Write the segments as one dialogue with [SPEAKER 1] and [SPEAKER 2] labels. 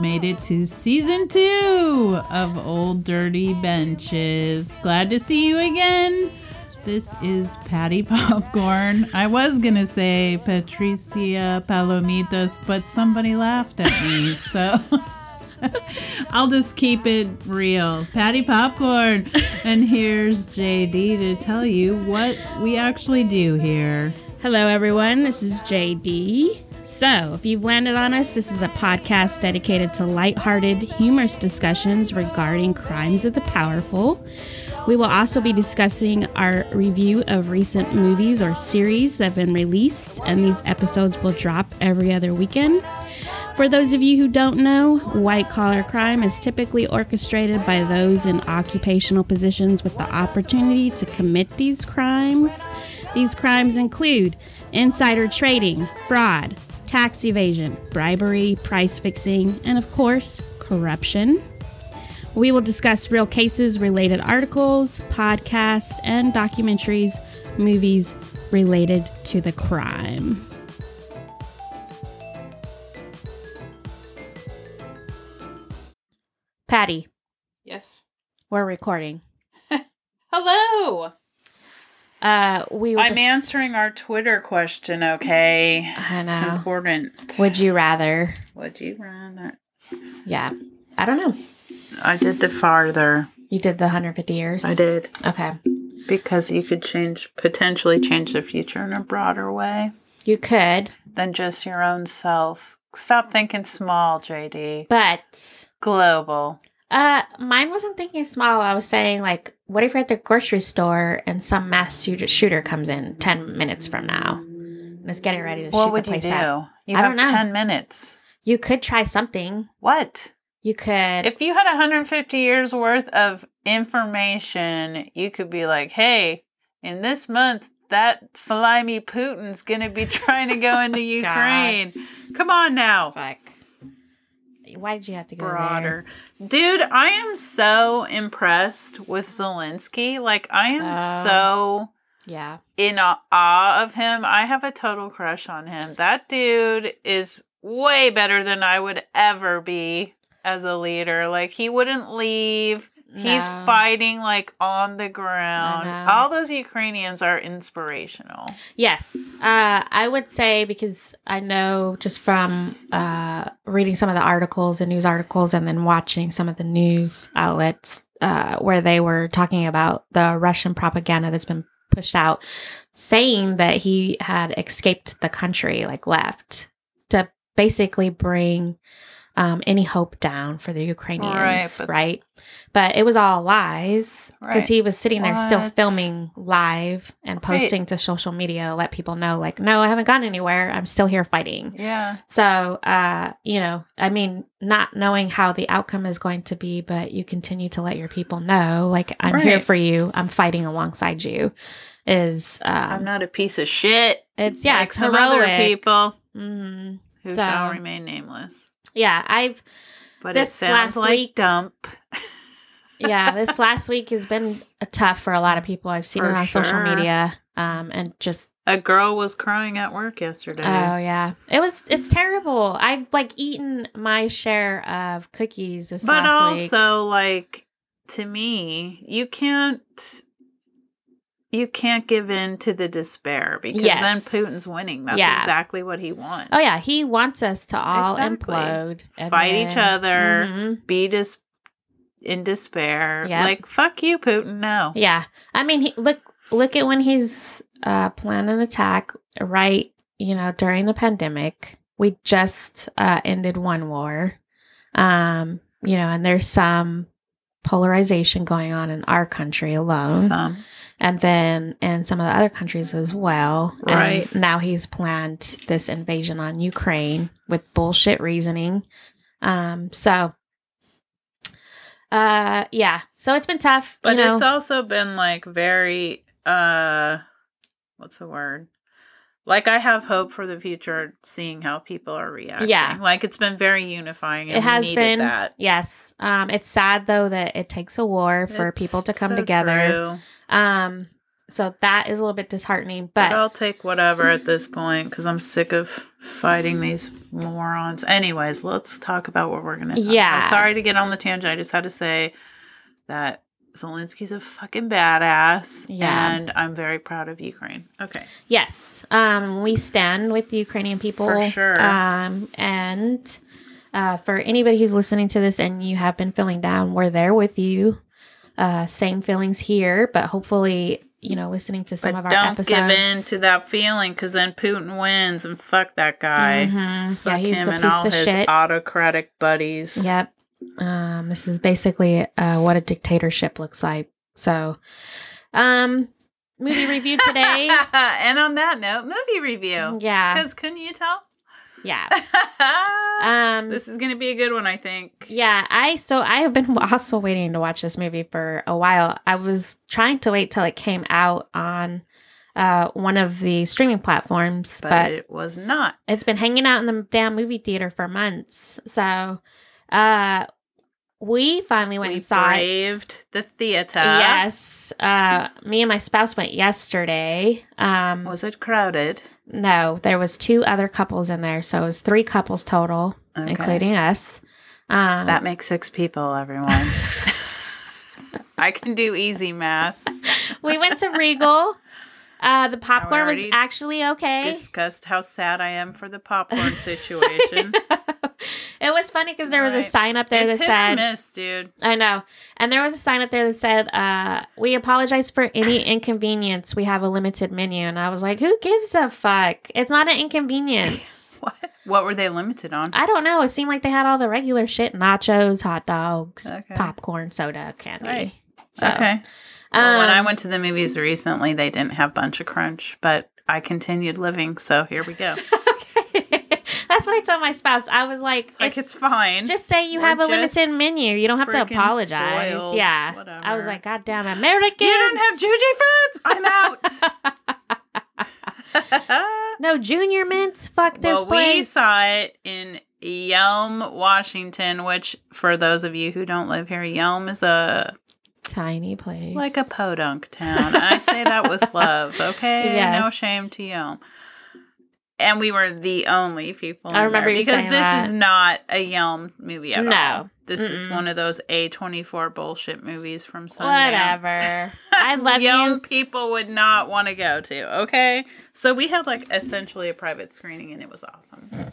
[SPEAKER 1] made it to season two of Old Dirty Benches. Glad to see you again. This is Patty Popcorn. I was going to say Patricia Palomitas, but somebody laughed at me. So I'll just keep it real. Patty Popcorn. And here's JD to tell you what we actually do here.
[SPEAKER 2] Hello, everyone. This is JD. So, if you've landed on us, this is a podcast dedicated to lighthearted, humorous discussions regarding crimes of the powerful. We will also be discussing our review of recent movies or series that have been released, and these episodes will drop every other weekend. For those of you who don't know, white collar crime is typically orchestrated by those in occupational positions with the opportunity to commit these crimes. These crimes include insider trading, fraud, tax evasion, bribery, price fixing, and of course, corruption. We will discuss real cases, related articles, podcasts, and documentaries, movies related to the crime. Patty,
[SPEAKER 1] Yes.
[SPEAKER 2] we're recording.
[SPEAKER 1] Hello.
[SPEAKER 2] Uh, we were
[SPEAKER 1] I'm
[SPEAKER 2] just-
[SPEAKER 1] answering our Twitter question, okay?
[SPEAKER 2] I
[SPEAKER 1] It's
[SPEAKER 2] know.
[SPEAKER 1] important.
[SPEAKER 2] Would you rather?
[SPEAKER 1] Would you rather?
[SPEAKER 2] Yeah, I don't know.
[SPEAKER 1] I did the farther.
[SPEAKER 2] You did the 150 years.
[SPEAKER 1] I did.
[SPEAKER 2] Okay.
[SPEAKER 1] Because you could change, potentially change the future in a broader way
[SPEAKER 2] You could,
[SPEAKER 1] than just your own self. Stop thinking small, JD.
[SPEAKER 2] but
[SPEAKER 1] Global.
[SPEAKER 3] Uh, mine wasn't thinking small. I was saying like, what if you're at the grocery store and some mass shooter, shooter comes in ten minutes from now and is getting ready to
[SPEAKER 1] What
[SPEAKER 3] shoot
[SPEAKER 1] would
[SPEAKER 3] the
[SPEAKER 1] you
[SPEAKER 3] place
[SPEAKER 1] do?
[SPEAKER 3] up?
[SPEAKER 1] You
[SPEAKER 3] I
[SPEAKER 1] have
[SPEAKER 3] don't know.
[SPEAKER 1] 10 minutes.
[SPEAKER 3] You could try something.
[SPEAKER 1] What?
[SPEAKER 3] You could.
[SPEAKER 1] If you had 150 years worth of information, you could be like, hey, in this month, that slimy Putin's going to be trying to go into Ukraine. Come on now.
[SPEAKER 3] why did you have to go
[SPEAKER 1] broader. Dude, I am so impressed with Zelensky. Like, I am
[SPEAKER 3] Oh.
[SPEAKER 1] so
[SPEAKER 3] There? Yeah.
[SPEAKER 1] in a- awe of him. I have a total crush on him. That dude is way better than I would ever be as a leader. Like, he wouldn't leave. He's
[SPEAKER 3] No.
[SPEAKER 1] fighting like on the ground.
[SPEAKER 3] I know.
[SPEAKER 1] All those Ukrainians are inspirational.
[SPEAKER 3] Yes. Uh, I would say because I know just from uh, reading some of the articles, the news articles, and then watching some of the news outlets uh, where they were talking about the Russian propaganda that's been pushed out, saying that he had escaped the country, like left, to basically bring um, any hope down for the Ukrainians,
[SPEAKER 1] Right,
[SPEAKER 3] right?
[SPEAKER 1] but-
[SPEAKER 3] But, it was all lies because
[SPEAKER 1] Right.
[SPEAKER 3] he was sitting there still
[SPEAKER 1] What?
[SPEAKER 3] filming live and
[SPEAKER 1] Right.
[SPEAKER 3] posting to social media let people know like no i haven't gone anywhere i'm still here fighting
[SPEAKER 1] Yeah.
[SPEAKER 3] so uh you know i mean not knowing how the outcome is going to be but you continue to let your people know like i'm here
[SPEAKER 1] Right.
[SPEAKER 3] for you i'm fighting alongside you is
[SPEAKER 1] I'm
[SPEAKER 3] um
[SPEAKER 1] not a piece of shit.
[SPEAKER 3] it's yeah
[SPEAKER 1] like
[SPEAKER 3] it's
[SPEAKER 1] some other
[SPEAKER 3] heroic
[SPEAKER 1] people
[SPEAKER 3] hmm
[SPEAKER 1] who
[SPEAKER 3] So-
[SPEAKER 1] shall remain nameless.
[SPEAKER 3] yeah i've
[SPEAKER 1] But it
[SPEAKER 3] This
[SPEAKER 1] sounds
[SPEAKER 3] last
[SPEAKER 1] like
[SPEAKER 3] week-
[SPEAKER 1] dump.
[SPEAKER 3] yeah this last week has been tough for a lot of people i've seen
[SPEAKER 1] For
[SPEAKER 3] it on social
[SPEAKER 1] sure.
[SPEAKER 3] media um and just
[SPEAKER 1] A girl was crying at work yesterday.
[SPEAKER 3] Oh yeah, it was. It's terrible. I've like eaten my share of cookies this
[SPEAKER 1] but
[SPEAKER 3] last
[SPEAKER 1] also, like to me, you can't you can't give in to the despair because
[SPEAKER 3] Yes.
[SPEAKER 1] then Putin's winning. That's
[SPEAKER 3] Yeah.
[SPEAKER 1] exactly what he wants.
[SPEAKER 3] week. Oh yeah, he wants us to all
[SPEAKER 1] Exactly.
[SPEAKER 3] implode, and
[SPEAKER 1] Fight each other.
[SPEAKER 3] Mhm.
[SPEAKER 1] be dis in despair.
[SPEAKER 3] Yep.
[SPEAKER 1] Like fuck you, Putin. No.
[SPEAKER 3] Yeah, I mean, he, look look at when he's uh, planning an attack. Right, you know, during the pandemic, we just uh, ended one war. Um, you know, and there's some polarization going on in our country alone.
[SPEAKER 1] Some
[SPEAKER 3] and then in some of the other countries as well. And
[SPEAKER 1] Right.
[SPEAKER 3] now he's planned this invasion on Ukraine with bullshit reasoning. Um, so uh yeah. So it's been tough.
[SPEAKER 1] but
[SPEAKER 3] you know.
[SPEAKER 1] it's also been like very uh what's the word like i have hope for the future seeing how people are reacting
[SPEAKER 3] Yeah.
[SPEAKER 1] like it's been very unifying and
[SPEAKER 3] it has
[SPEAKER 1] needed
[SPEAKER 3] been
[SPEAKER 1] that
[SPEAKER 3] yes. Um it's sad though that it takes a war for
[SPEAKER 1] It's
[SPEAKER 3] people to come
[SPEAKER 1] so
[SPEAKER 3] together.
[SPEAKER 1] true.
[SPEAKER 3] Um So that is a little bit disheartening,
[SPEAKER 1] But
[SPEAKER 3] but
[SPEAKER 1] I'll take whatever at this point because I'm sick of fighting these morons. Anyways, let's talk about what we're going to talk
[SPEAKER 3] Yeah.
[SPEAKER 1] I'm sorry to get on the tangent. I just had to say that Zelensky's a fucking badass.
[SPEAKER 3] Yeah.
[SPEAKER 1] And I'm very proud of Ukraine. Okay.
[SPEAKER 3] yes, um, we stand with the Ukrainian people
[SPEAKER 1] For sure.
[SPEAKER 3] Um, and uh, for anybody who's listening to this and you have been feeling down, we're there with you. Uh, same feelings here, but hopefully, you know, listening to some
[SPEAKER 1] but
[SPEAKER 3] of our
[SPEAKER 1] don't
[SPEAKER 3] episodes.
[SPEAKER 1] give in to that feeling because then Putin wins and fuck that guy.
[SPEAKER 3] Mhm.
[SPEAKER 1] Fuck
[SPEAKER 3] Yeah, he's
[SPEAKER 1] him
[SPEAKER 3] a
[SPEAKER 1] and all
[SPEAKER 3] piece of
[SPEAKER 1] his
[SPEAKER 3] shit.
[SPEAKER 1] autocratic buddies.
[SPEAKER 3] Yep. Um, this is basically uh, what a dictatorship looks like. So, um, movie review today.
[SPEAKER 1] and on that note, movie review.
[SPEAKER 3] yeah.
[SPEAKER 1] Because couldn't you tell?
[SPEAKER 3] Yeah. Um,
[SPEAKER 1] this is going to be a good one, I think.
[SPEAKER 3] yeah. I, so I have been also waiting to watch this movie for a while. I was trying to wait till it came out on uh, one of the streaming platforms,
[SPEAKER 1] But,
[SPEAKER 3] but
[SPEAKER 1] it was not.
[SPEAKER 3] It's been hanging out in the damn movie theater for months. So, uh, we finally went
[SPEAKER 1] we
[SPEAKER 3] and saw it.
[SPEAKER 1] braved the theater.
[SPEAKER 3] Yes. Uh, me and my spouse went yesterday. Um,
[SPEAKER 1] Was it crowded?
[SPEAKER 3] no, there was two other couples in there, so it was three couples total,
[SPEAKER 1] Okay.
[SPEAKER 3] including us. Um,
[SPEAKER 1] That makes six people, everyone. I can do easy math.
[SPEAKER 3] we went to Regal. Uh, the popcorn was
[SPEAKER 1] already
[SPEAKER 3] actually okay.
[SPEAKER 1] Discussed how sad I am for the popcorn situation.
[SPEAKER 3] it was funny because there was
[SPEAKER 1] Right.
[SPEAKER 3] a sign up there
[SPEAKER 1] it's hit
[SPEAKER 3] that said,
[SPEAKER 1] or miss, dude.
[SPEAKER 3] I know. And there was a sign up there that said, uh, we apologize for any inconvenience. We have a limited menu. And I was like, who gives a fuck? It's not an inconvenience.
[SPEAKER 1] What? What were they limited on?
[SPEAKER 3] I don't know. It seemed like they had all the regular shit nachos, hot dogs,
[SPEAKER 1] Okay.
[SPEAKER 3] popcorn, soda, candy.
[SPEAKER 1] Right.
[SPEAKER 3] So,
[SPEAKER 1] okay. Well, when I
[SPEAKER 3] um,
[SPEAKER 1] went to the movies recently, they didn't have Bunch of Crunch, but I continued living, so here we go.
[SPEAKER 3] That's what I told my spouse. I was like,
[SPEAKER 1] It's like it's fine.
[SPEAKER 3] just say you
[SPEAKER 1] we're
[SPEAKER 3] have a limited
[SPEAKER 1] just
[SPEAKER 3] menu. You don't have to
[SPEAKER 1] freaking
[SPEAKER 3] apologize.
[SPEAKER 1] spoiled.
[SPEAKER 3] Yeah. I was
[SPEAKER 1] Whatever.
[SPEAKER 3] like, God damn American.
[SPEAKER 1] you don't have Juji fruits. I'm out.
[SPEAKER 3] no junior mints. Fuck this
[SPEAKER 1] well, we
[SPEAKER 3] place.
[SPEAKER 1] saw it in Yelm, Washington, which for those of you who don't live here, Yelm is a
[SPEAKER 3] Tiny place.
[SPEAKER 1] like a podunk town. I say that with love, okay? No
[SPEAKER 3] Yes.
[SPEAKER 1] shame to Yelm. And we were the only people.
[SPEAKER 3] I
[SPEAKER 1] in
[SPEAKER 3] remember
[SPEAKER 1] there
[SPEAKER 3] you
[SPEAKER 1] because
[SPEAKER 3] saying
[SPEAKER 1] this
[SPEAKER 3] that.
[SPEAKER 1] is not a Yelm movie at
[SPEAKER 3] No.
[SPEAKER 1] all. This is
[SPEAKER 3] Mm-mm.
[SPEAKER 1] one of those A twenty four bullshit movies from Sundance.
[SPEAKER 3] Whatever. I love
[SPEAKER 1] young
[SPEAKER 3] you.
[SPEAKER 1] people would not want to go to. Okay, so we had like essentially a private screening, and it was awesome.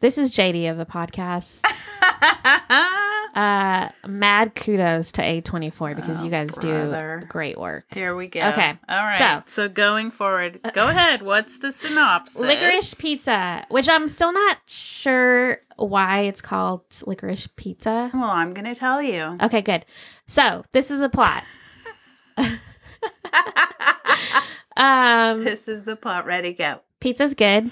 [SPEAKER 3] This is JD of the podcast. Uh, mad kudos to A24 because you guys
[SPEAKER 1] Oh, brother.
[SPEAKER 3] do great work.
[SPEAKER 1] Here we go.
[SPEAKER 3] Okay, Uh,
[SPEAKER 1] all right. So, going forward, go ahead. What's the synopsis?
[SPEAKER 3] Licorice pizza, which I'm still not sure why it's called licorice pizza.
[SPEAKER 1] Well, I'm gonna tell you.
[SPEAKER 3] Okay, good. So this is the plot. um,
[SPEAKER 1] This is the plot. Ready? Go.
[SPEAKER 3] pizza's good.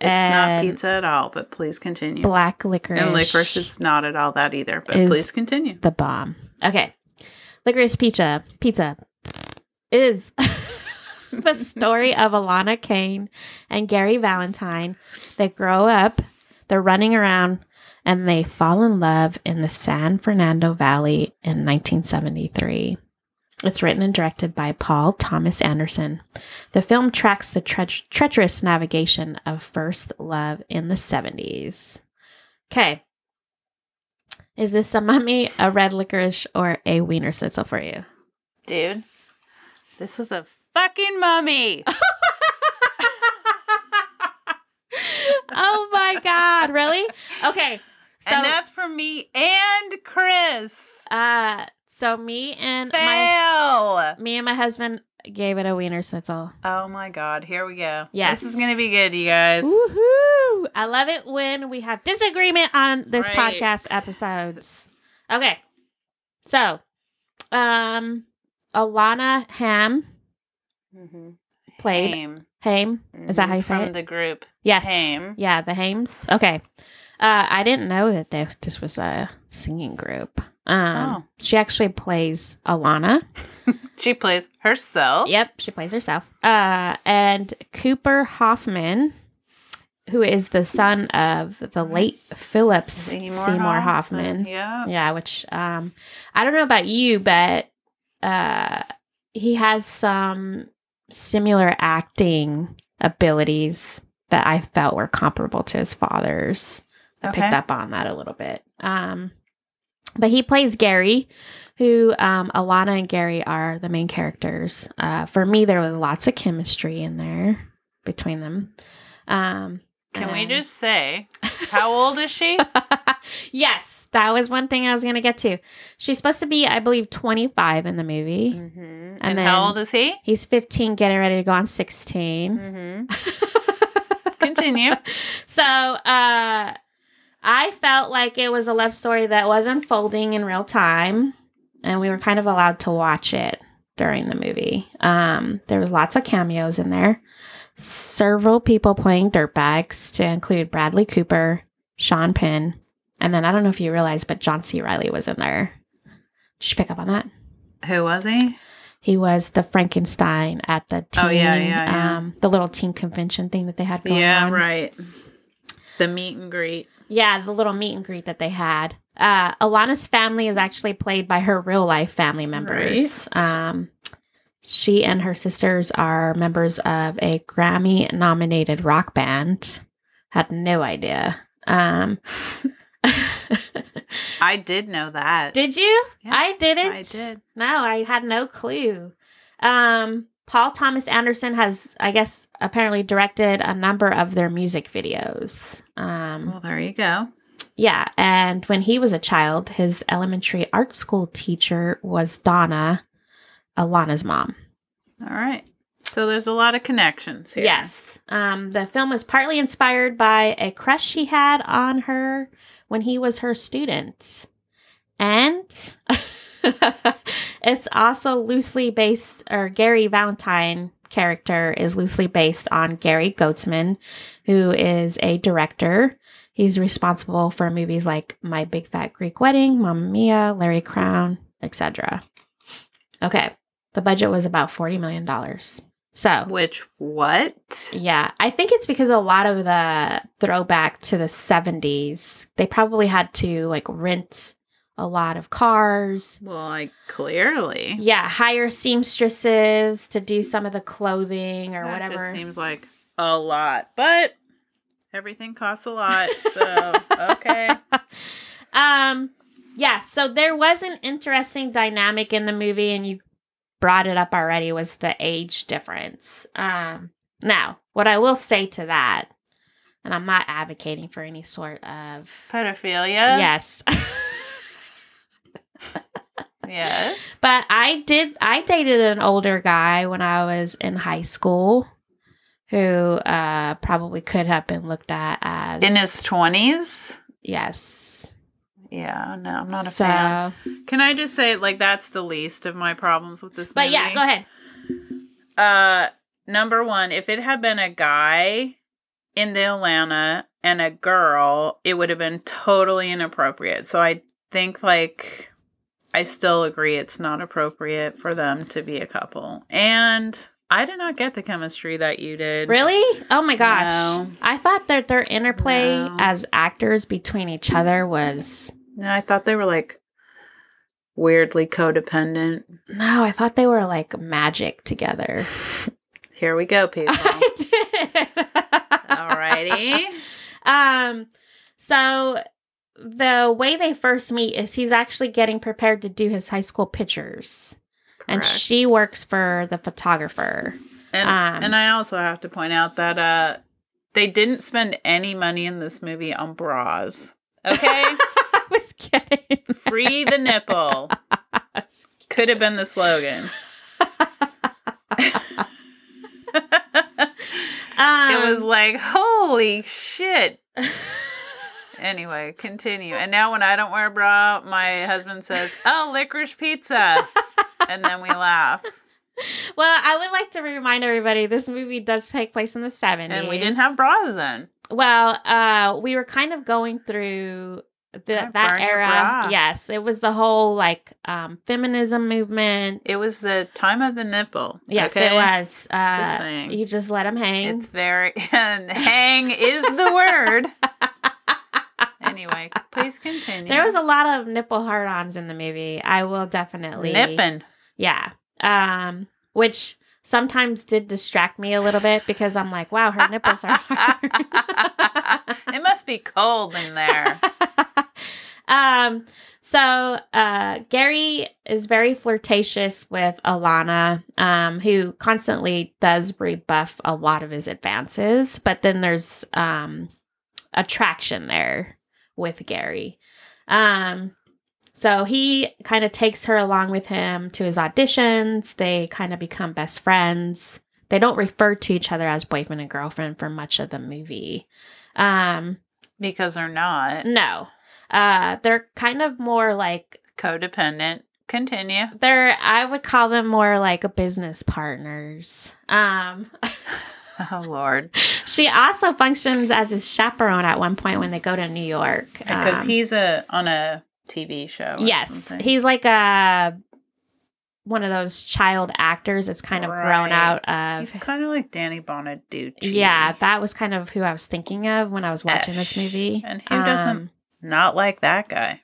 [SPEAKER 1] It's not
[SPEAKER 3] And
[SPEAKER 1] pizza at all, but please continue.
[SPEAKER 3] Black licorice.
[SPEAKER 1] and licorice is not at all that either, but
[SPEAKER 3] is-
[SPEAKER 1] please continue.
[SPEAKER 3] the bomb. Okay. Licorice pizza. Pizza is the story of Alana Kane and Gary Valentine. They grow up, they're running around, and they fall in love in the San Fernando Valley in 1973. It's written and directed by Paul Thomas Anderson. The film tracks the tre- treacherous navigation of first love in the 70s. Okay. Is this a mummy, a red licorice, or a wiener schnitzel for you?
[SPEAKER 1] dude. This was a fucking mummy.
[SPEAKER 3] oh my god, really? Okay. So
[SPEAKER 1] and that's from me and Chris.
[SPEAKER 3] uh so me and
[SPEAKER 1] Fail.
[SPEAKER 3] my me and my husband gave it a wiener schnitzel.
[SPEAKER 1] oh my god, here we go.
[SPEAKER 3] Yes.
[SPEAKER 1] This is gonna be good, you guys.
[SPEAKER 3] Woohoo! I love it when we have disagreement on this
[SPEAKER 1] Right.
[SPEAKER 3] podcast episodes. Okay. So, um Alana Ham played
[SPEAKER 1] Haim.
[SPEAKER 3] Ham. Is that how you
[SPEAKER 1] Mhm,
[SPEAKER 3] say
[SPEAKER 1] Mm-hmm. from
[SPEAKER 3] it?
[SPEAKER 1] the group.
[SPEAKER 3] Yes.
[SPEAKER 1] Haim.
[SPEAKER 3] Yeah, the Hames. Okay. Uh, I didn't know that this, this was a singing group. Um,
[SPEAKER 1] Oh.
[SPEAKER 3] She actually plays Alana.
[SPEAKER 1] She plays herself.
[SPEAKER 3] Yep, she plays herself. Uh, and Cooper Hoffman, who is the son of the late Philip Seymour, Hoffman.
[SPEAKER 1] Yeah.
[SPEAKER 3] Yeah, which um, I don't know about you, but uh, he has some similar acting abilities that I felt were comparable to his father's. I picked
[SPEAKER 1] Okay.
[SPEAKER 3] up on that a little bit. Um, but he plays Gary, who um, Alana and Gary are the main characters. Uh, for me, there was lots of chemistry in there between them. Um,
[SPEAKER 1] Can we
[SPEAKER 3] and-
[SPEAKER 1] just say how old is she?
[SPEAKER 3] yes, that was one thing I was going to get to. She's supposed to be, I believe, 25 in the movie.
[SPEAKER 1] Mm-hmm. And,
[SPEAKER 3] then-
[SPEAKER 1] how old is he?
[SPEAKER 3] He's 15, getting ready to go on 16.
[SPEAKER 1] Mm-hmm. Continue.
[SPEAKER 3] So, uh, I felt like it was a love story that was unfolding in real time, and we were kind of allowed to watch it during the movie. Um, there was lots of cameos in there, several people playing dirtbags, to include Bradley Cooper, Sean Penn, and then I don't know if you realize, but John C. Riley was in there. Did you pick up on that?
[SPEAKER 1] Who was he?
[SPEAKER 3] He was the Frankenstein at the teen,
[SPEAKER 1] Oh, yeah, yeah, yeah.
[SPEAKER 3] Um, the little teen convention thing that they had going
[SPEAKER 1] yeah,
[SPEAKER 3] on.
[SPEAKER 1] right. The meet and greet.
[SPEAKER 3] Yeah, the little meet and greet that they had. Uh, Alana's family is actually played by her real life family members.
[SPEAKER 1] Right.
[SPEAKER 3] Um, she and her sisters are members of a Grammy nominated rock band. Had no idea. Um,
[SPEAKER 1] I did know that.
[SPEAKER 3] did you?
[SPEAKER 1] Yeah,
[SPEAKER 3] I didn't.
[SPEAKER 1] I did.
[SPEAKER 3] No, I had no clue. Um, Paul Thomas Anderson has, I guess, apparently directed a number of their music videos. Um,
[SPEAKER 1] Well, there you go.
[SPEAKER 3] yeah, and when he was a child, his elementary art school teacher was Donna, Alana's mom.
[SPEAKER 1] All right. So there's a lot of connections here.
[SPEAKER 3] Yes. Um, the film was partly inspired by a crush she had on her when he was her student. And it's also loosely based, or Gary Valentine character is loosely based on Gary Goetzman, who is a director. He's responsible for movies like My Big Fat Greek Wedding, Mamma Mia, Larry Crown, etc. Okay. The budget was about $40 million. So,
[SPEAKER 1] Which what?
[SPEAKER 3] yeah, I think it's because a lot of the throwback to the 70s, they probably had to like rent a lot of cars.
[SPEAKER 1] Well, like clearly.
[SPEAKER 3] Yeah, hire seamstresses to do some of the clothing or
[SPEAKER 1] that
[SPEAKER 3] whatever.
[SPEAKER 1] just seems like a lot, but everything costs a lot. So okay.
[SPEAKER 3] um yeah, so there was an interesting dynamic in the movie and you brought it up already was the age difference. Um now, what I will say to that, and I'm not advocating for any sort of
[SPEAKER 1] Pedophilia.
[SPEAKER 3] Yes.
[SPEAKER 1] Yes.
[SPEAKER 3] But I did. I dated an older guy when I was in high school, who uh, probably could have been looked at as
[SPEAKER 1] In his twenties.
[SPEAKER 3] yes.
[SPEAKER 1] Yeah. No, I'm not a
[SPEAKER 3] so,
[SPEAKER 1] fan. Can I just say like that's the least of my problems with this
[SPEAKER 3] but
[SPEAKER 1] movie?
[SPEAKER 3] yeah, go ahead.
[SPEAKER 1] uh number one if it had been a guy in the atlanta and a girl it would have been totally inappropriate so i think like i still agree it's not appropriate for them to be a couple and i did not get the chemistry that you did
[SPEAKER 3] Really? Oh my gosh!
[SPEAKER 1] No.
[SPEAKER 3] I thought that their interplay
[SPEAKER 1] No.
[SPEAKER 3] as actors between each other was
[SPEAKER 1] no i thought they were like weirdly codependent
[SPEAKER 3] no. I thought they were like magic together.
[SPEAKER 1] here we go people
[SPEAKER 3] I did.
[SPEAKER 1] alrighty
[SPEAKER 3] Um, so the way they first meet is he's actually getting prepared to do his high school pictures, and
[SPEAKER 1] Correct.
[SPEAKER 3] she works for the photographer.
[SPEAKER 1] And
[SPEAKER 3] Um,
[SPEAKER 1] and I also have to point out that uh they didn't spend any money in this movie on bras. Okay?
[SPEAKER 3] I was kidding.
[SPEAKER 1] Free the nipple. Could have been the slogan.
[SPEAKER 3] Um,
[SPEAKER 1] it was like, holy shit. Anyway, continue. And now when I don't wear a bra, my husband says, Oh, licorice pizza. And then we laugh.
[SPEAKER 3] well. I would like to remind everybody this movie does take place in the seventies,
[SPEAKER 1] And we didn't have bras then.
[SPEAKER 3] Well, uh, we were kind of going through the,
[SPEAKER 1] Yeah,
[SPEAKER 3] that
[SPEAKER 1] burn your
[SPEAKER 3] era.
[SPEAKER 1] bra.
[SPEAKER 3] Yes, it was the whole like um, feminism movement.
[SPEAKER 1] It was the time of the nipple.
[SPEAKER 3] Yes, it
[SPEAKER 1] okay?
[SPEAKER 3] was. Uh,
[SPEAKER 1] Just saying.
[SPEAKER 3] You just let him hang.
[SPEAKER 1] It's very and hang is the word. anyway, please continue.
[SPEAKER 3] There was a lot of nipple hard-ons in the movie. I will definitely
[SPEAKER 1] nipping.
[SPEAKER 3] Yeah. um, which sometimes did distract me a little bit because I'm like, wow, her nipples are hard.
[SPEAKER 1] it must be cold in there.
[SPEAKER 3] um, so uh, Gary is very flirtatious with Alana, um, who constantly does rebuff a lot of his advances, but then there's um, attraction there with Gary. Um, so he kind of takes her along with him to his auditions. They kind of become best friends. They don't refer to each other as boyfriend and girlfriend for much of the movie. Um,
[SPEAKER 1] Because they're not
[SPEAKER 3] no, uh, they're kind of more like
[SPEAKER 1] codependent. Continue.
[SPEAKER 3] they're. I would call them more like business partners. Um,
[SPEAKER 1] Oh Lord,
[SPEAKER 3] she also functions as his chaperone at one point when they go to New York
[SPEAKER 1] because
[SPEAKER 3] Um,
[SPEAKER 1] he's a on a TV show. or
[SPEAKER 3] Yes,
[SPEAKER 1] something.
[SPEAKER 3] he's like a one of those child actors that's kind of
[SPEAKER 1] Right.
[SPEAKER 3] grown out of.
[SPEAKER 1] he's kind of like Danny Bonaducci.
[SPEAKER 3] yeah, that was kind of who I was thinking of when I was watching this
[SPEAKER 1] Esh.
[SPEAKER 3] movie. Um,
[SPEAKER 1] And who doesn't- not like that guy.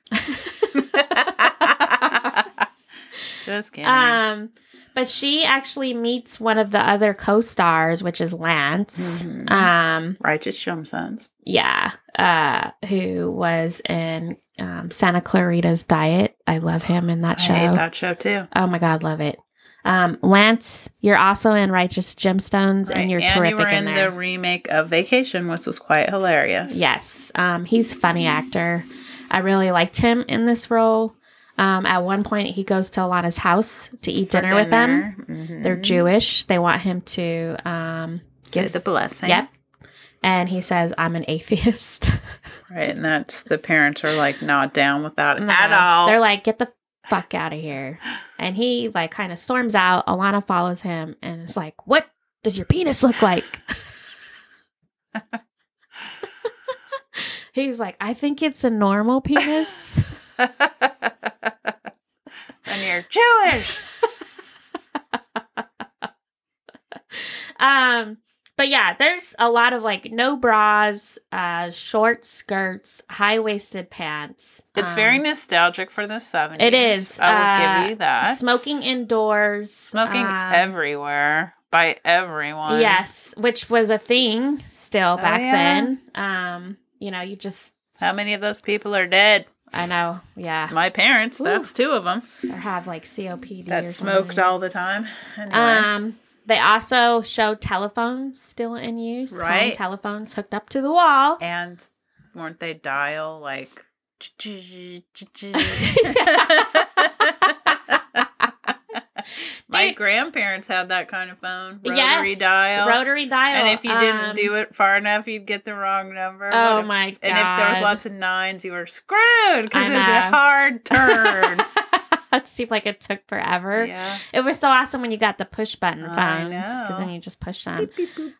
[SPEAKER 1] Just kidding.
[SPEAKER 3] Um, but she actually meets one of the other co-stars, which is Lance.
[SPEAKER 1] Mhm.
[SPEAKER 3] Um,
[SPEAKER 1] Righteous Shumsons.
[SPEAKER 3] yeah, uh, who was in um, Santa Clarita's Diet. I love him in that
[SPEAKER 1] I
[SPEAKER 3] show.
[SPEAKER 1] hate that show too.
[SPEAKER 3] Oh my God, love it. Um, Lance, you're also in Righteous Gemstones,
[SPEAKER 1] Right,
[SPEAKER 3] and you're terrific
[SPEAKER 1] you were in,
[SPEAKER 3] in, there.
[SPEAKER 1] the remake of Vacation, which was quite hilarious.
[SPEAKER 3] yes, um, he's a funny actor. I really liked him in this role. Um, at one point, he goes to Alana's house to eat dinner, with them.
[SPEAKER 1] Mhm.
[SPEAKER 3] They're Jewish. They want him to. Um,
[SPEAKER 1] Say the blessing.
[SPEAKER 3] yep. And he says, "I'm an atheist."
[SPEAKER 1] Right, and that's the parents are like not down with that
[SPEAKER 3] No.
[SPEAKER 1] at all.
[SPEAKER 3] They're like, "Get the fuck out of here!" And he like kind of storms out. Alana follows him, and it's like, "What does your penis look like?" He was like, I think it's a normal penis.
[SPEAKER 1] and you're Jewish.
[SPEAKER 3] um, but yeah, there's a lot of like no bras, uh, short skirts, high waisted pants.
[SPEAKER 1] It's
[SPEAKER 3] um,
[SPEAKER 1] very nostalgic for the 70s.
[SPEAKER 3] It is,
[SPEAKER 1] I will
[SPEAKER 3] uh,
[SPEAKER 1] give you that.
[SPEAKER 3] smoking indoors,
[SPEAKER 1] Smoking
[SPEAKER 3] um,
[SPEAKER 1] everywhere by everyone.
[SPEAKER 3] Yes, which was a thing still
[SPEAKER 1] Oh,
[SPEAKER 3] back
[SPEAKER 1] yeah.
[SPEAKER 3] then. Um, you know, you just
[SPEAKER 1] How many of those people are dead?
[SPEAKER 3] I know, yeah,
[SPEAKER 1] My parents,
[SPEAKER 3] Ooh.
[SPEAKER 1] that's two of them
[SPEAKER 3] or have like COPD or
[SPEAKER 1] that smoked
[SPEAKER 3] something.
[SPEAKER 1] all the time. Anyway.
[SPEAKER 3] Um, they also show telephones still in use, home
[SPEAKER 1] Right.
[SPEAKER 3] telephones hooked up to the wall.
[SPEAKER 1] and weren't they dial like my
[SPEAKER 3] Dude.
[SPEAKER 1] grandparents had that kind of phone rotary
[SPEAKER 3] yes,
[SPEAKER 1] dial
[SPEAKER 3] rotary dial.
[SPEAKER 1] and if you didn't
[SPEAKER 3] um,
[SPEAKER 1] do it far enough you'd get the wrong number
[SPEAKER 3] oh
[SPEAKER 1] What if-
[SPEAKER 3] my god!
[SPEAKER 1] and if there was lots of nines you were screwed
[SPEAKER 3] I
[SPEAKER 1] because it was
[SPEAKER 3] know.
[SPEAKER 1] a hard turn
[SPEAKER 3] it seemed like it took forever.
[SPEAKER 1] yeah
[SPEAKER 3] It was so awesome when you got the push button phones
[SPEAKER 1] I
[SPEAKER 3] because
[SPEAKER 1] know.
[SPEAKER 3] then you just push them.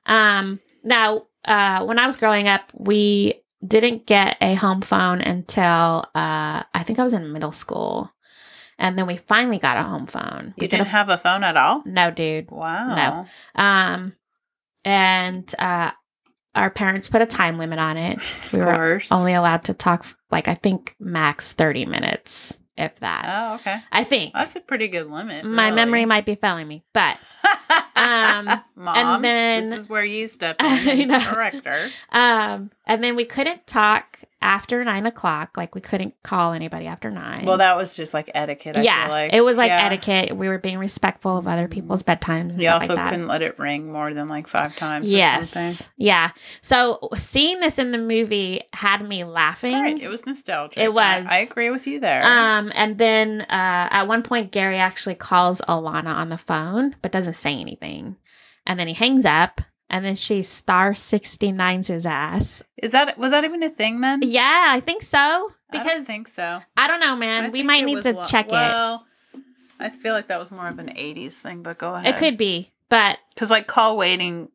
[SPEAKER 3] Um, now, uh, when I was growing up, we didn't get a home phone until uh, I think I was in middle school, and then we finally got a home phone.
[SPEAKER 1] you
[SPEAKER 3] We got a
[SPEAKER 1] didn't have a phone at all
[SPEAKER 3] no, dude.
[SPEAKER 1] wow
[SPEAKER 3] Um, and uh, our parents put a time limit on it.
[SPEAKER 1] of
[SPEAKER 3] We were
[SPEAKER 1] course
[SPEAKER 3] only allowed to talk like I think max thirty minutes, if that.
[SPEAKER 1] oh okay
[SPEAKER 3] I think
[SPEAKER 1] that's a pretty good limit
[SPEAKER 3] my
[SPEAKER 1] really.
[SPEAKER 3] memory might be failing me, but Um,
[SPEAKER 1] Mom,
[SPEAKER 3] then-
[SPEAKER 1] this is where you step
[SPEAKER 3] I
[SPEAKER 1] in,
[SPEAKER 3] know.
[SPEAKER 1] director.
[SPEAKER 3] um, and then we couldn't talk after nine o'clock. Like we couldn't call anybody after nine.
[SPEAKER 1] Well, that was just like etiquette. I
[SPEAKER 3] yeah,
[SPEAKER 1] feel like.
[SPEAKER 3] it was like
[SPEAKER 1] Yeah.
[SPEAKER 3] etiquette. We were being respectful of other people's bedtimes. And
[SPEAKER 1] You
[SPEAKER 3] stuff
[SPEAKER 1] also
[SPEAKER 3] like that.
[SPEAKER 1] couldn't let it ring more than like five times. Or
[SPEAKER 3] Yes.
[SPEAKER 1] something.
[SPEAKER 3] Yeah. So seeing this in the movie had me laughing.
[SPEAKER 1] All right, it was nostalgic.
[SPEAKER 3] It was.
[SPEAKER 1] I, I agree with you there.
[SPEAKER 3] Um, and then uh, at one point, Gary actually calls Alana on the phone, but doesn't say anything. And then he hangs up, and then she star 69s his ass.
[SPEAKER 1] is that was that even a thing then?
[SPEAKER 3] Yeah, I think so. Because
[SPEAKER 1] Mm-hmm. I don't think so.
[SPEAKER 3] know, man.
[SPEAKER 1] I
[SPEAKER 3] we
[SPEAKER 1] think
[SPEAKER 3] might
[SPEAKER 1] it
[SPEAKER 3] need
[SPEAKER 1] was
[SPEAKER 3] to
[SPEAKER 1] lo-
[SPEAKER 3] check it.
[SPEAKER 1] Well, I feel like that was more of an '80s thing, but go ahead.
[SPEAKER 3] It could be, but
[SPEAKER 1] because like call waiting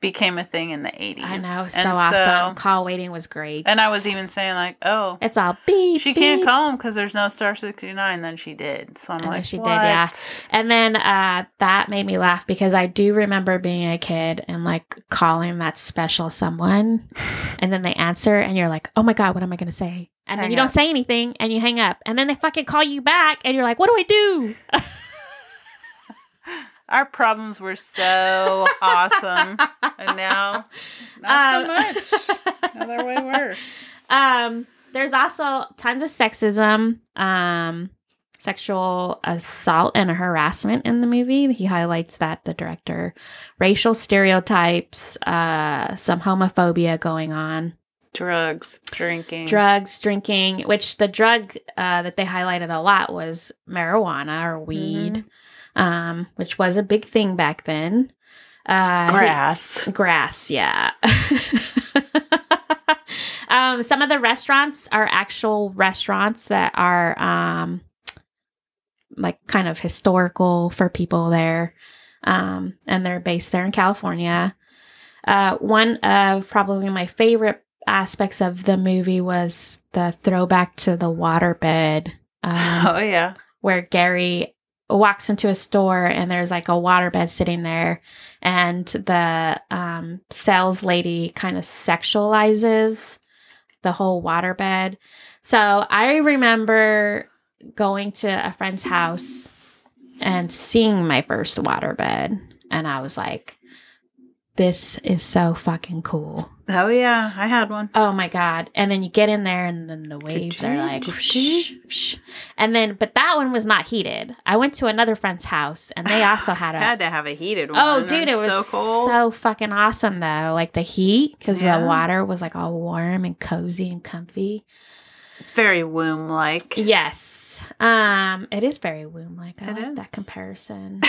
[SPEAKER 1] became a thing in the '80s.
[SPEAKER 3] I know.
[SPEAKER 1] And
[SPEAKER 3] So awesome. Call waiting was great.
[SPEAKER 1] and I was even saying like, oh,
[SPEAKER 3] It's all beep.
[SPEAKER 1] she can't
[SPEAKER 3] beep.
[SPEAKER 1] call him because there's no star 69 then she did so i'm
[SPEAKER 3] And then
[SPEAKER 1] like
[SPEAKER 3] she
[SPEAKER 1] she
[SPEAKER 3] did,
[SPEAKER 1] did yeah
[SPEAKER 3] yeah. And then uh, that made me laugh because I do remember being a kid and like calling that special someone. and then they answer, and you're like, oh my God, what am I going to say? And then
[SPEAKER 1] Hang
[SPEAKER 3] you
[SPEAKER 1] up.
[SPEAKER 3] don't say anything and you hang up. And then they fucking call you back, and you're like, what do I do?
[SPEAKER 1] Our problems were so awesome, and now not so much. Now they're way worse.
[SPEAKER 3] um, there's also tons of sexism, um, sexual assault and harassment in the movie. He highlights that the director, racial stereotypes, uh, some homophobia going on,
[SPEAKER 1] Drugs, drinking,
[SPEAKER 3] drugs, drinking. Which the drug uh, that they highlighted a lot was marijuana or weed, um, which was a big thing back then. Uh, he-
[SPEAKER 1] grass.
[SPEAKER 3] Grass, yeah. um, some of the restaurants are actual restaurants that are um, like kind of historical for people there. Um, and they're based there in California. Uh, one of probably my favorite aspects of the movie was the throwback to the waterbed. Um,
[SPEAKER 1] oh yeah,
[SPEAKER 3] where Gary walks into a store and there's like a waterbed sitting there and the um, sales lady kind of sexualizes the whole waterbed. So I remember going to a friend's house and seeing my first waterbed and I was like this is so fucking cool.
[SPEAKER 1] oh yeah. I had one.
[SPEAKER 3] Oh my god! And then you get in there, and then the waves are like, whoosh, whoosh. and then but that one was not heated. I went to another friend's house, and they also had a.
[SPEAKER 1] had to have a heated one.
[SPEAKER 3] oh, dude, it
[SPEAKER 1] I'm
[SPEAKER 3] was so,
[SPEAKER 1] so cold.
[SPEAKER 3] fucking awesome though. Like the heat, because
[SPEAKER 1] Yeah.
[SPEAKER 3] the water was like all warm and cozy and comfy.
[SPEAKER 1] Very womb like.
[SPEAKER 3] Yes, um, it is very womb like. I
[SPEAKER 1] It
[SPEAKER 3] like that
[SPEAKER 1] is.
[SPEAKER 3] comparison.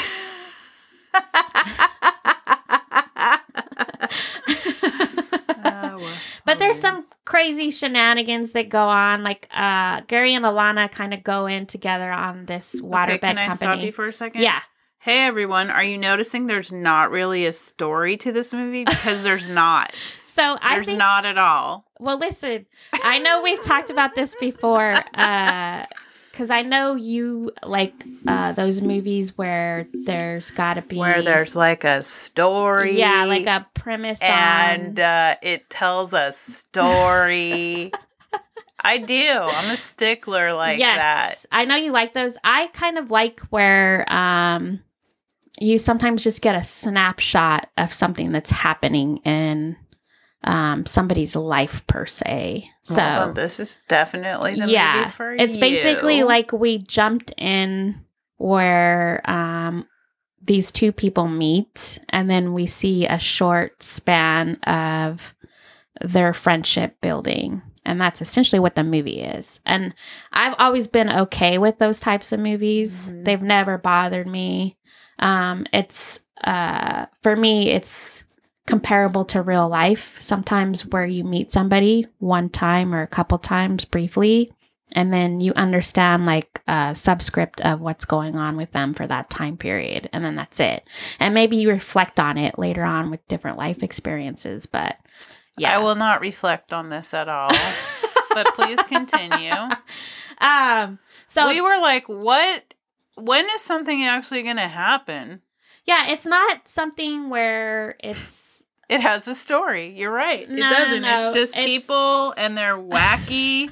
[SPEAKER 1] Oh,
[SPEAKER 3] But there's some crazy shenanigans that go on. Like uh, Gary and Alana kind of go in together on this waterbed
[SPEAKER 1] okay, can I
[SPEAKER 3] company.
[SPEAKER 1] stop you for a second?
[SPEAKER 3] yeah,
[SPEAKER 1] Hey everyone, are you noticing there's not really a story to this movie because there's not.
[SPEAKER 3] So I
[SPEAKER 1] there's
[SPEAKER 3] think-
[SPEAKER 1] not at all.
[SPEAKER 3] Well, listen, I know we've talked about this before, because I know you like uh, those movies where there's got to be
[SPEAKER 1] Where there's like a story.
[SPEAKER 3] yeah, like a premise
[SPEAKER 1] and
[SPEAKER 3] on.
[SPEAKER 1] uh, it tells a story. I do. I'm a stickler like that.
[SPEAKER 3] yes, I know you like those. I kind of like where um, you sometimes just get a snapshot of something that's happening in um, somebody's life per se. So
[SPEAKER 1] Well, this is definitely the movie for
[SPEAKER 3] Oh. it's basically
[SPEAKER 1] you.
[SPEAKER 3] like we jumped in where um, these two people meet, and then we see a short span of their friendship building. And that's essentially what the movie is. And I've always been okay with those types of movies.
[SPEAKER 1] Mhm.
[SPEAKER 3] They've never bothered me. Um, it's uh, for me, it's comparable to real life. Sometimes where you meet somebody one time or a couple times briefly, and then you understand like a subscript of what's going on with them for that time period, and then that's it. And maybe you reflect on it later on with different life experiences, but yeah,
[SPEAKER 1] I will not reflect on this at all. but please continue.
[SPEAKER 3] um, so
[SPEAKER 1] we were like, what? When is something actually going to happen?
[SPEAKER 3] yeah, it's not something where it's
[SPEAKER 1] It has a story. You're right.
[SPEAKER 3] No, no,
[SPEAKER 1] it doesn't.
[SPEAKER 3] no.
[SPEAKER 1] It's just
[SPEAKER 3] It's-
[SPEAKER 1] people and their wacky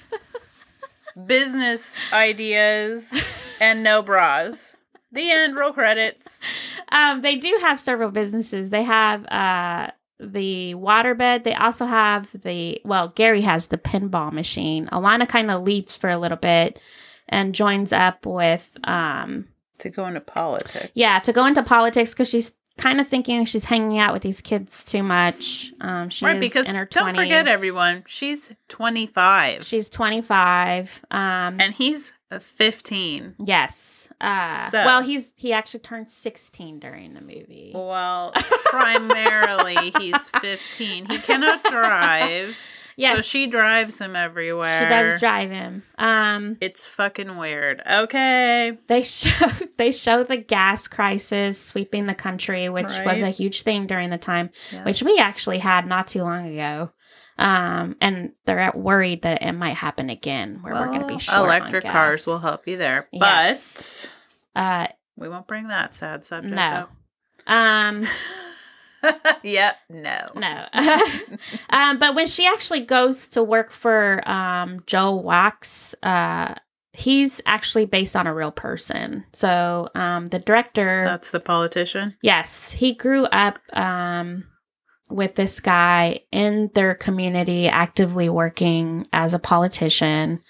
[SPEAKER 1] business ideas and no bras. The end. Roll credits.
[SPEAKER 3] um, they do have several businesses. They have uh, the waterbed. They also have the well, Gary has the pinball machine. Alana kind of leaps for a little bit and joins up with um,
[SPEAKER 1] To go into politics.
[SPEAKER 3] yeah to go into politics because she's kind of thinking she's hanging out with these kids too much. Um, she
[SPEAKER 1] right,
[SPEAKER 3] is
[SPEAKER 1] because
[SPEAKER 3] in her
[SPEAKER 1] don't
[SPEAKER 3] 20s.
[SPEAKER 1] forget, everyone, she's 25
[SPEAKER 3] She's twenty five. Um,
[SPEAKER 1] and he's uh, 15.
[SPEAKER 3] yes. Uh,
[SPEAKER 1] So-
[SPEAKER 3] Well, he's he actually turned sixteen during the movie.
[SPEAKER 1] Oh, Well, primarily he's 15. He cannot drive.
[SPEAKER 3] Yes.
[SPEAKER 1] So she drives him everywhere.
[SPEAKER 3] She does drive him. Um,
[SPEAKER 1] It's fucking weird. Okay.
[SPEAKER 3] they show they show the gas crisis sweeping the country, which was
[SPEAKER 1] Right.
[SPEAKER 3] a huge thing during the time,
[SPEAKER 1] Yeah.
[SPEAKER 3] which we actually had not too long ago. Um, and they're at- worried that it might happen again, where we're going to be
[SPEAKER 1] Well,
[SPEAKER 3] short
[SPEAKER 1] electric
[SPEAKER 3] on gas.
[SPEAKER 1] cars will help you there, but
[SPEAKER 3] Yes. Uh,
[SPEAKER 1] we won't bring that sad subject
[SPEAKER 3] no.
[SPEAKER 1] up.
[SPEAKER 3] Um,
[SPEAKER 1] yep, no.
[SPEAKER 3] no. um, but when she actually goes to work for um, Joe Wax, uh, he's actually based on a real person. So um, the director,
[SPEAKER 1] That's the politician.
[SPEAKER 3] yes, he grew up um, with this guy in their community, actively working as a politician,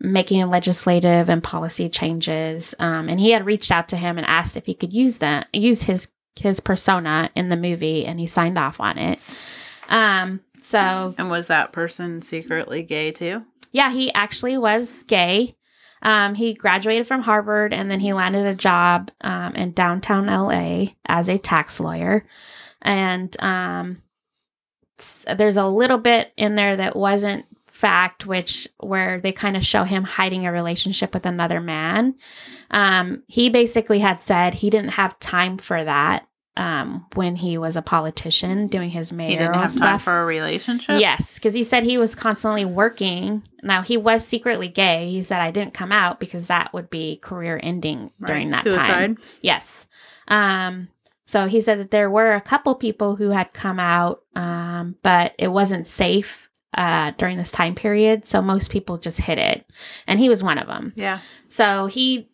[SPEAKER 3] making legislative and policy changes. Um, and he had reached out to him and asked if he could use that, use his his persona in the movie, and he signed off on it. Um, so
[SPEAKER 1] And was that person secretly gay too?
[SPEAKER 3] yeah, he actually was gay. Um, he graduated from Harvard and then he landed a job um, in downtown LA as a tax lawyer. And um, s- there's a little bit in there that wasn't fact, which where they kind of show him hiding a relationship with another man. Um, he basically had said he didn't have time for that um, when he was a politician doing his mayoral
[SPEAKER 1] He didn't have
[SPEAKER 3] stuff.
[SPEAKER 1] time for a relationship?
[SPEAKER 3] Yes, because he said he was constantly working. Now he was secretly gay. He said I didn't come out because that would be career ending
[SPEAKER 1] Right.
[SPEAKER 3] during that time.
[SPEAKER 1] Suicide.
[SPEAKER 3] Yes. Um, so he said that there were a couple people who had come out, um, but it wasn't safe uh, during this time period. So most people just hid it, and he was one of them.
[SPEAKER 1] Yeah.
[SPEAKER 3] So he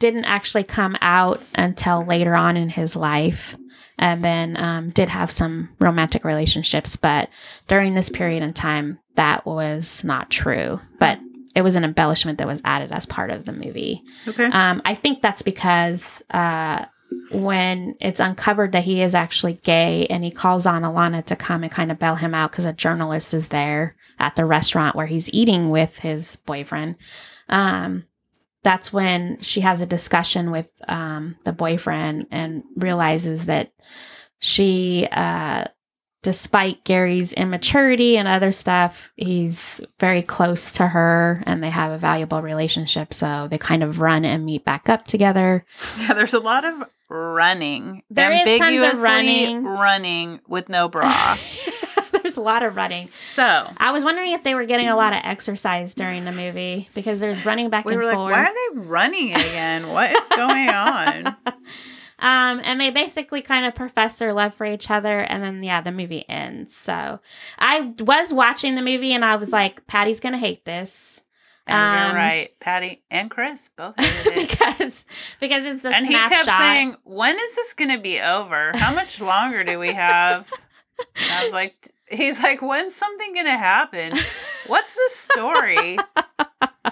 [SPEAKER 3] didn't actually come out until later on in his life and then um, did have some romantic relationships. But during this period in time, that was not true. But it was an embellishment that was added as part of the movie.
[SPEAKER 1] Okay.
[SPEAKER 3] Um, I think that's because uh, when it's uncovered that he is actually gay and he calls on Alana to come and kind of bail him out because a journalist is there at the restaurant where he's eating with his boyfriend. Um, that's when she has a discussion with um, the boyfriend and realizes that she, uh, despite Gary's immaturity and other stuff, he's very close to her and they have a valuable relationship. So they kind of run and meet back up together.
[SPEAKER 1] yeah, there's a lot of running.
[SPEAKER 3] There is tons of
[SPEAKER 1] Ambiguously
[SPEAKER 3] running.
[SPEAKER 1] running with no bra.
[SPEAKER 3] There's a lot of running.
[SPEAKER 1] so
[SPEAKER 3] I was wondering if they were getting a lot of exercise during the movie because there's running back
[SPEAKER 1] we
[SPEAKER 3] and
[SPEAKER 1] were like,
[SPEAKER 3] forth.
[SPEAKER 1] why are they running again? What is going on?
[SPEAKER 3] Um, and they basically kind of profess their love for each other, and then yeah, the movie ends. So I was watching the movie, and I was like, Patty's gonna hate this
[SPEAKER 1] And
[SPEAKER 3] Um,
[SPEAKER 1] Oh, you're right. Patty and Chris both hated it.
[SPEAKER 3] because because it's a
[SPEAKER 1] and he
[SPEAKER 3] snapshot.
[SPEAKER 1] kept saying, "When is this going to be over? How much longer do we have?" And I was like, "He's like, when's something going to happen? What's the story?"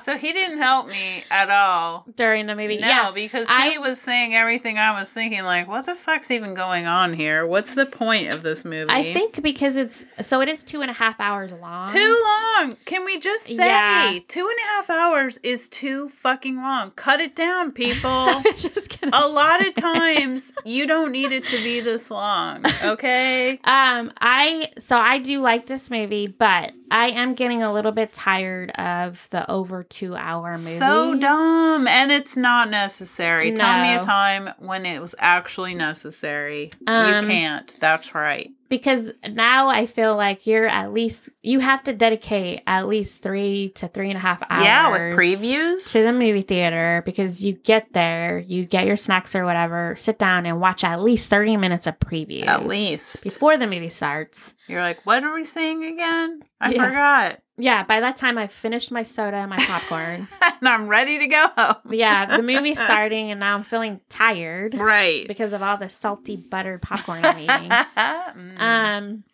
[SPEAKER 1] so he didn't help me at all.
[SPEAKER 3] during the movie,
[SPEAKER 1] No,
[SPEAKER 3] yeah,
[SPEAKER 1] because
[SPEAKER 3] I-
[SPEAKER 1] he was saying everything I was thinking. Like, what the fuck's even going on here? What's the point of this movie?
[SPEAKER 3] I think because it's so it is two and a half hours long.
[SPEAKER 1] Too long. Can we just say
[SPEAKER 3] Yeah.
[SPEAKER 1] two and a half hours is too fucking long? Cut it down, people.
[SPEAKER 3] I was just gonna
[SPEAKER 1] a
[SPEAKER 3] say.
[SPEAKER 1] lot of times you don't need it to be this long okay
[SPEAKER 3] Um, I so I do like this movie, but I am getting a little bit tired of the over two hour movies.
[SPEAKER 1] so dumb and it's not necessary tell me
[SPEAKER 3] No.
[SPEAKER 1] a time when it was actually necessary
[SPEAKER 3] Um,
[SPEAKER 1] you can't that's right
[SPEAKER 3] because now I feel like you're at least you have to dedicate at least three to three and a half hours.
[SPEAKER 1] yeah with previews
[SPEAKER 3] to the movie theater because you get there, you get your snacks or whatever, sit down and watch at least thirty minutes of previews
[SPEAKER 1] At least.
[SPEAKER 3] before the movie starts.
[SPEAKER 1] you're like what are we saying again i
[SPEAKER 3] Yeah.
[SPEAKER 1] forgot
[SPEAKER 3] Yeah, by that time I've finished my soda and my popcorn.
[SPEAKER 1] and i'm ready to go home
[SPEAKER 3] yeah, the movie's starting and now I'm feeling tired.
[SPEAKER 1] right
[SPEAKER 3] because of all the salty buttered popcorn I'm eating.
[SPEAKER 1] Mm,
[SPEAKER 3] Um,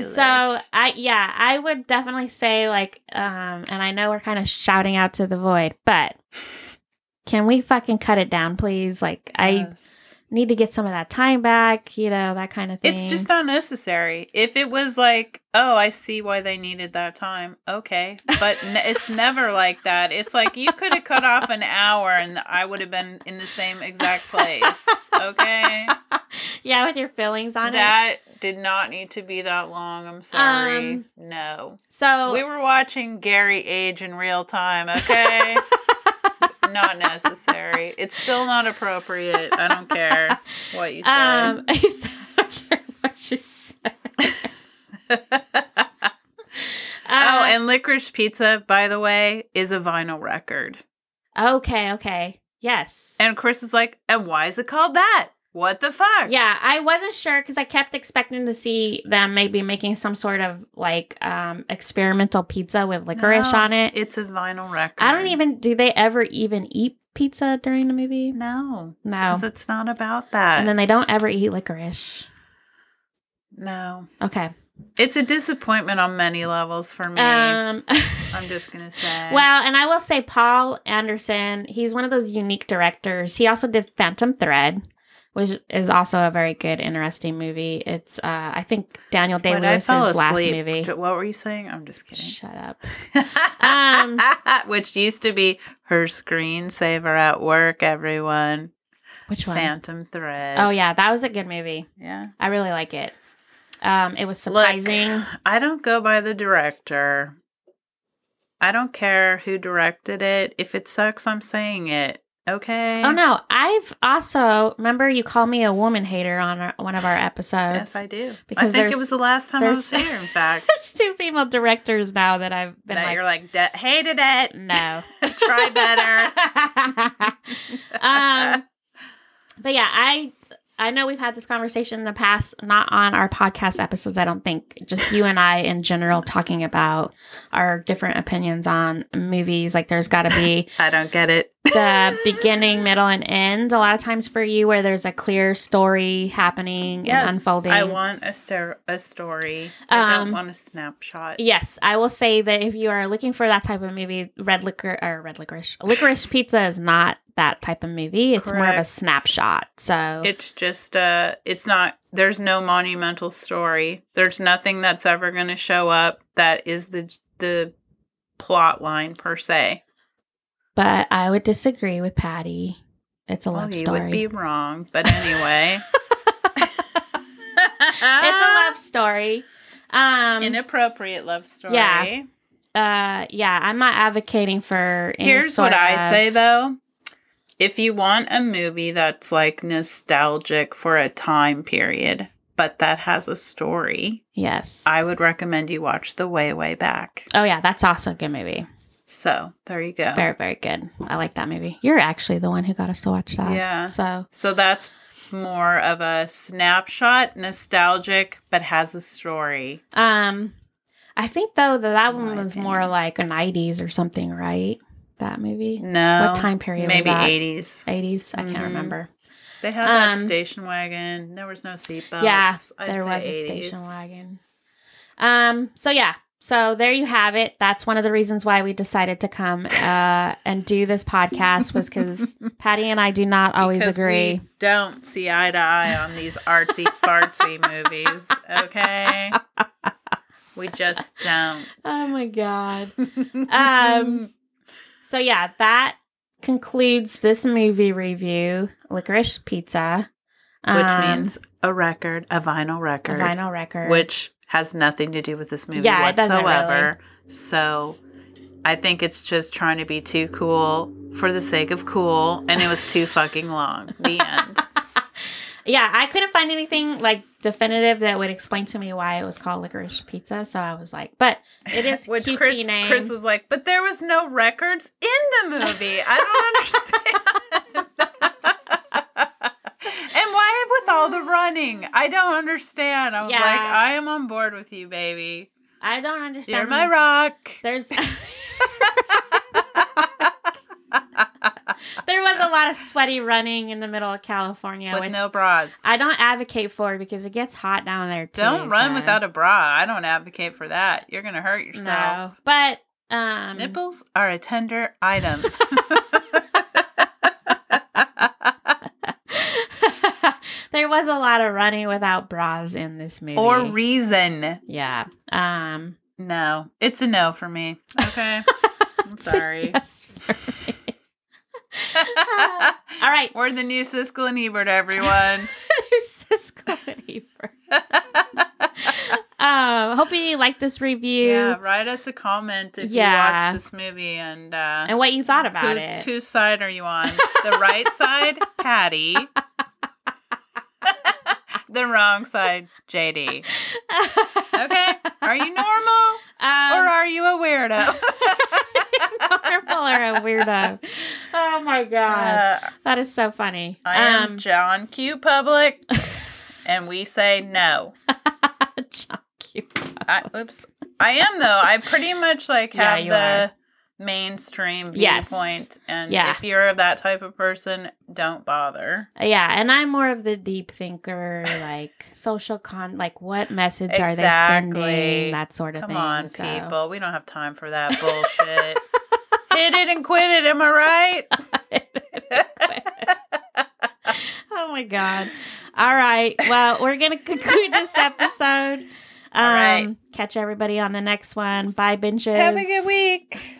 [SPEAKER 3] so I yeah, I would definitely say like um, and I know we're kind of shouting out to the void, but can we fucking cut it down, please? Like I need to get some of that time back, you know, that kind of thing.
[SPEAKER 1] It's just not necessary. If it was like, oh, I see why they needed that time. Okay. But n- it's never like that. It's like you could have cut off an hour and I would have been in the same exact place. Okay.
[SPEAKER 3] yeah, with your feelings on it.
[SPEAKER 1] That did not need to be that long. I'm sorry.
[SPEAKER 3] Um, oh.
[SPEAKER 1] no.
[SPEAKER 3] So
[SPEAKER 1] We were watching Gary age in real time. Okay. not necessary. It's still not appropriate. I don't care what you said.
[SPEAKER 3] um I don't care what you said.
[SPEAKER 1] Oh,
[SPEAKER 3] Uh,
[SPEAKER 1] and Licorice Pizza, by the way, is a vinyl record.
[SPEAKER 3] okay, okay. Yes.
[SPEAKER 1] And Chris is like, and why is it called that? What the fuck?
[SPEAKER 3] Yeah, I wasn't sure because I kept expecting to see them maybe making some sort of like um experimental pizza with licorice
[SPEAKER 1] No,
[SPEAKER 3] on it.
[SPEAKER 1] It's a vinyl record.
[SPEAKER 3] I don't even do they ever even eat pizza during the movie?
[SPEAKER 1] No.
[SPEAKER 3] No.
[SPEAKER 1] Because it's not about that.
[SPEAKER 3] Oh. And then they don't ever eat licorice.
[SPEAKER 1] No.
[SPEAKER 3] Okay.
[SPEAKER 1] It's a disappointment on many levels for me.
[SPEAKER 3] Um
[SPEAKER 1] I'm just going to say.
[SPEAKER 3] Well, and I will say Paul Anderson, he's one of those unique directors. He also did Phantom Thread, which is also a very good, interesting movie. It's uh I think Daniel Day
[SPEAKER 1] When I
[SPEAKER 3] Lewis's
[SPEAKER 1] fell
[SPEAKER 3] last
[SPEAKER 1] asleep,
[SPEAKER 3] movie.
[SPEAKER 1] d- What were you saying? I'm just kidding.
[SPEAKER 3] Shut up. Um,
[SPEAKER 1] um, Which used to be her screensaver at work, everyone.
[SPEAKER 3] Which one?
[SPEAKER 1] Phantom Thread.
[SPEAKER 3] Oh yeah, that was a good movie.
[SPEAKER 1] yeah.
[SPEAKER 3] I really like it. Um, it was
[SPEAKER 1] Look,
[SPEAKER 3] surprising.
[SPEAKER 1] I don't go by the director. I don't care who directed it. If it sucks, I'm saying it. Okay.
[SPEAKER 3] oh no, I've also remember you called me a woman hater on our, one of our episodes.
[SPEAKER 1] Yes, I do. I think
[SPEAKER 3] Because there's-
[SPEAKER 1] it was the last time I
[SPEAKER 3] there's-
[SPEAKER 1] was here. In fact,
[SPEAKER 3] There's two female directors now that I've been
[SPEAKER 1] that
[SPEAKER 3] like,
[SPEAKER 1] you're like "De- hated it.
[SPEAKER 3] no,
[SPEAKER 1] Try better.
[SPEAKER 3] um, but yeah, I I know we've had this conversation in the past, not on our podcast episodes, I don't think, just you and I in general talking about our different opinions on movies. Like, there's got to be
[SPEAKER 1] I don't get it.
[SPEAKER 3] the beginning, middle, and end a lot of times for you where there's a clear story happening and unfolding.
[SPEAKER 1] I want a, star- a story. I
[SPEAKER 3] Um,
[SPEAKER 1] don't want a snapshot.
[SPEAKER 3] yes, I will say that if you are looking for that type of movie, red liquor or red licorice, licorice pizza is not that type of movie. It's more of a
[SPEAKER 1] Correct.
[SPEAKER 3] snapshot. So
[SPEAKER 1] It's just uh it's not there's no monumental story. There's nothing that's ever going to show up that is the the plot line per se.
[SPEAKER 3] but I would disagree with Patty. It's a
[SPEAKER 1] well,
[SPEAKER 3] love
[SPEAKER 1] Oh, you
[SPEAKER 3] story.
[SPEAKER 1] would be wrong, but anyway. Ah!
[SPEAKER 3] it's a love story. Um,
[SPEAKER 1] inappropriate love story.
[SPEAKER 3] Yeah. uh, yeah, I'm not advocating for. Any
[SPEAKER 1] Here's
[SPEAKER 3] sort
[SPEAKER 1] what I
[SPEAKER 3] of-
[SPEAKER 1] say though. If you want a movie that's like nostalgic for a time period, but that has a story,
[SPEAKER 3] Yes.
[SPEAKER 1] I would recommend you watch The Way Way Back.
[SPEAKER 3] oh yeah, that's also a good movie.
[SPEAKER 1] So there you go.
[SPEAKER 3] Very, very good. I like that movie. You're actually the one who got us to watch that.
[SPEAKER 1] Yeah.
[SPEAKER 3] So
[SPEAKER 1] So that's more of a snapshot, nostalgic, but has a story.
[SPEAKER 3] um I think though that that
[SPEAKER 1] In
[SPEAKER 3] one
[SPEAKER 1] my
[SPEAKER 3] was more
[SPEAKER 1] opinion.
[SPEAKER 3] like a nineties or something, right? That movie?
[SPEAKER 1] No.
[SPEAKER 3] What time period was
[SPEAKER 1] Maybe
[SPEAKER 3] that?
[SPEAKER 1] eighties.
[SPEAKER 3] Eighties? I can't
[SPEAKER 1] Mhm.
[SPEAKER 3] remember.
[SPEAKER 1] They had that
[SPEAKER 3] Um,
[SPEAKER 1] station wagon. There was no seatbelts.
[SPEAKER 3] yeah.
[SPEAKER 1] I'd
[SPEAKER 3] there
[SPEAKER 1] say
[SPEAKER 3] was a station
[SPEAKER 1] 80s.
[SPEAKER 3] wagon. Um, so yeah. So there you have it. That's one of the reasons why we decided to come uh, and do this podcast was because Patty and I do not always
[SPEAKER 1] Because
[SPEAKER 3] agree.
[SPEAKER 1] We don't see eye to eye on these artsy fartsy movies. Okay. We just don't.
[SPEAKER 3] Oh my god. um so yeah, that concludes this movie review, Licorice Pizza.
[SPEAKER 1] Which
[SPEAKER 3] um,
[SPEAKER 1] means a record, a vinyl
[SPEAKER 3] a
[SPEAKER 1] record.
[SPEAKER 3] vinyl record.
[SPEAKER 1] which has nothing to do with this movie
[SPEAKER 3] Yeah, it doesn't
[SPEAKER 1] whatsoever. So I think it's just trying to be too cool for the sake of cool, and it was too fucking long. The end.
[SPEAKER 3] yeah, I couldn't find anything like definitive that would explain to me why it was called Licorice Pizza, so I was like, but it is
[SPEAKER 1] Which
[SPEAKER 3] cutesy
[SPEAKER 1] Chris,
[SPEAKER 3] name.
[SPEAKER 1] Chris was like, but there was no records in the movie. I don't understand. and why with all the running? I don't understand. I was
[SPEAKER 3] Yeah.
[SPEAKER 1] like, I am on board with you, baby.
[SPEAKER 3] I don't understand.
[SPEAKER 1] You're my rock.
[SPEAKER 3] There's There was a lot of sweaty running in the middle of California,
[SPEAKER 1] With
[SPEAKER 3] which
[SPEAKER 1] no bras.
[SPEAKER 3] I don't advocate for it because it gets hot down there too.
[SPEAKER 1] Don't run
[SPEAKER 3] so-
[SPEAKER 1] without a bra. I don't advocate for that. You're gonna hurt yourself.
[SPEAKER 3] No, Mm-hmm. but um,
[SPEAKER 1] Nipples are a tender item.
[SPEAKER 3] there was a lot of running without bras in this movie.
[SPEAKER 1] or reason.
[SPEAKER 3] yeah, um,
[SPEAKER 1] No. It's a no for me. Okay. I'm
[SPEAKER 3] it's a
[SPEAKER 1] sorry.
[SPEAKER 3] yes for me. Um, All right,
[SPEAKER 1] We're the new Siskel and Ebert, everyone.
[SPEAKER 3] who's this comedy for? Um, hopefully you like this review
[SPEAKER 1] yeah, write us a comment if
[SPEAKER 3] Yeah.
[SPEAKER 1] you watch this movie and uh
[SPEAKER 3] and what you thought about
[SPEAKER 1] who-
[SPEAKER 3] it.
[SPEAKER 1] whose side are you on? The right side, Patty. the wrong side, JD. Okay. Are you normal?
[SPEAKER 3] Um,
[SPEAKER 1] or are you a weirdo?
[SPEAKER 3] normal or a weirdo. Oh my god,
[SPEAKER 1] Uh,
[SPEAKER 3] that is so funny.
[SPEAKER 1] I am
[SPEAKER 3] um,
[SPEAKER 1] John Q. Public, and we say no.
[SPEAKER 3] John Q.
[SPEAKER 1] I, oops, I am though. I pretty much like
[SPEAKER 3] Yeah,
[SPEAKER 1] have
[SPEAKER 3] you
[SPEAKER 1] the mainstream
[SPEAKER 3] Yes.
[SPEAKER 1] viewpoint, and
[SPEAKER 3] Yeah.
[SPEAKER 1] if you're that type of person, don't bother.
[SPEAKER 3] Yeah, and I'm more of the deep thinker, like social con, like what message are they
[SPEAKER 1] Exactly.
[SPEAKER 3] sending, that sort of
[SPEAKER 1] Come
[SPEAKER 3] thing.
[SPEAKER 1] on,
[SPEAKER 3] so-
[SPEAKER 1] people, we don't have time for that bullshit. Hit it and quit it. Am I right?
[SPEAKER 3] Oh my god! All right, well, we're gonna conclude this episode. Um,
[SPEAKER 1] All right.
[SPEAKER 3] Catch everybody on the next one. Bye, binges.
[SPEAKER 1] Have a good week.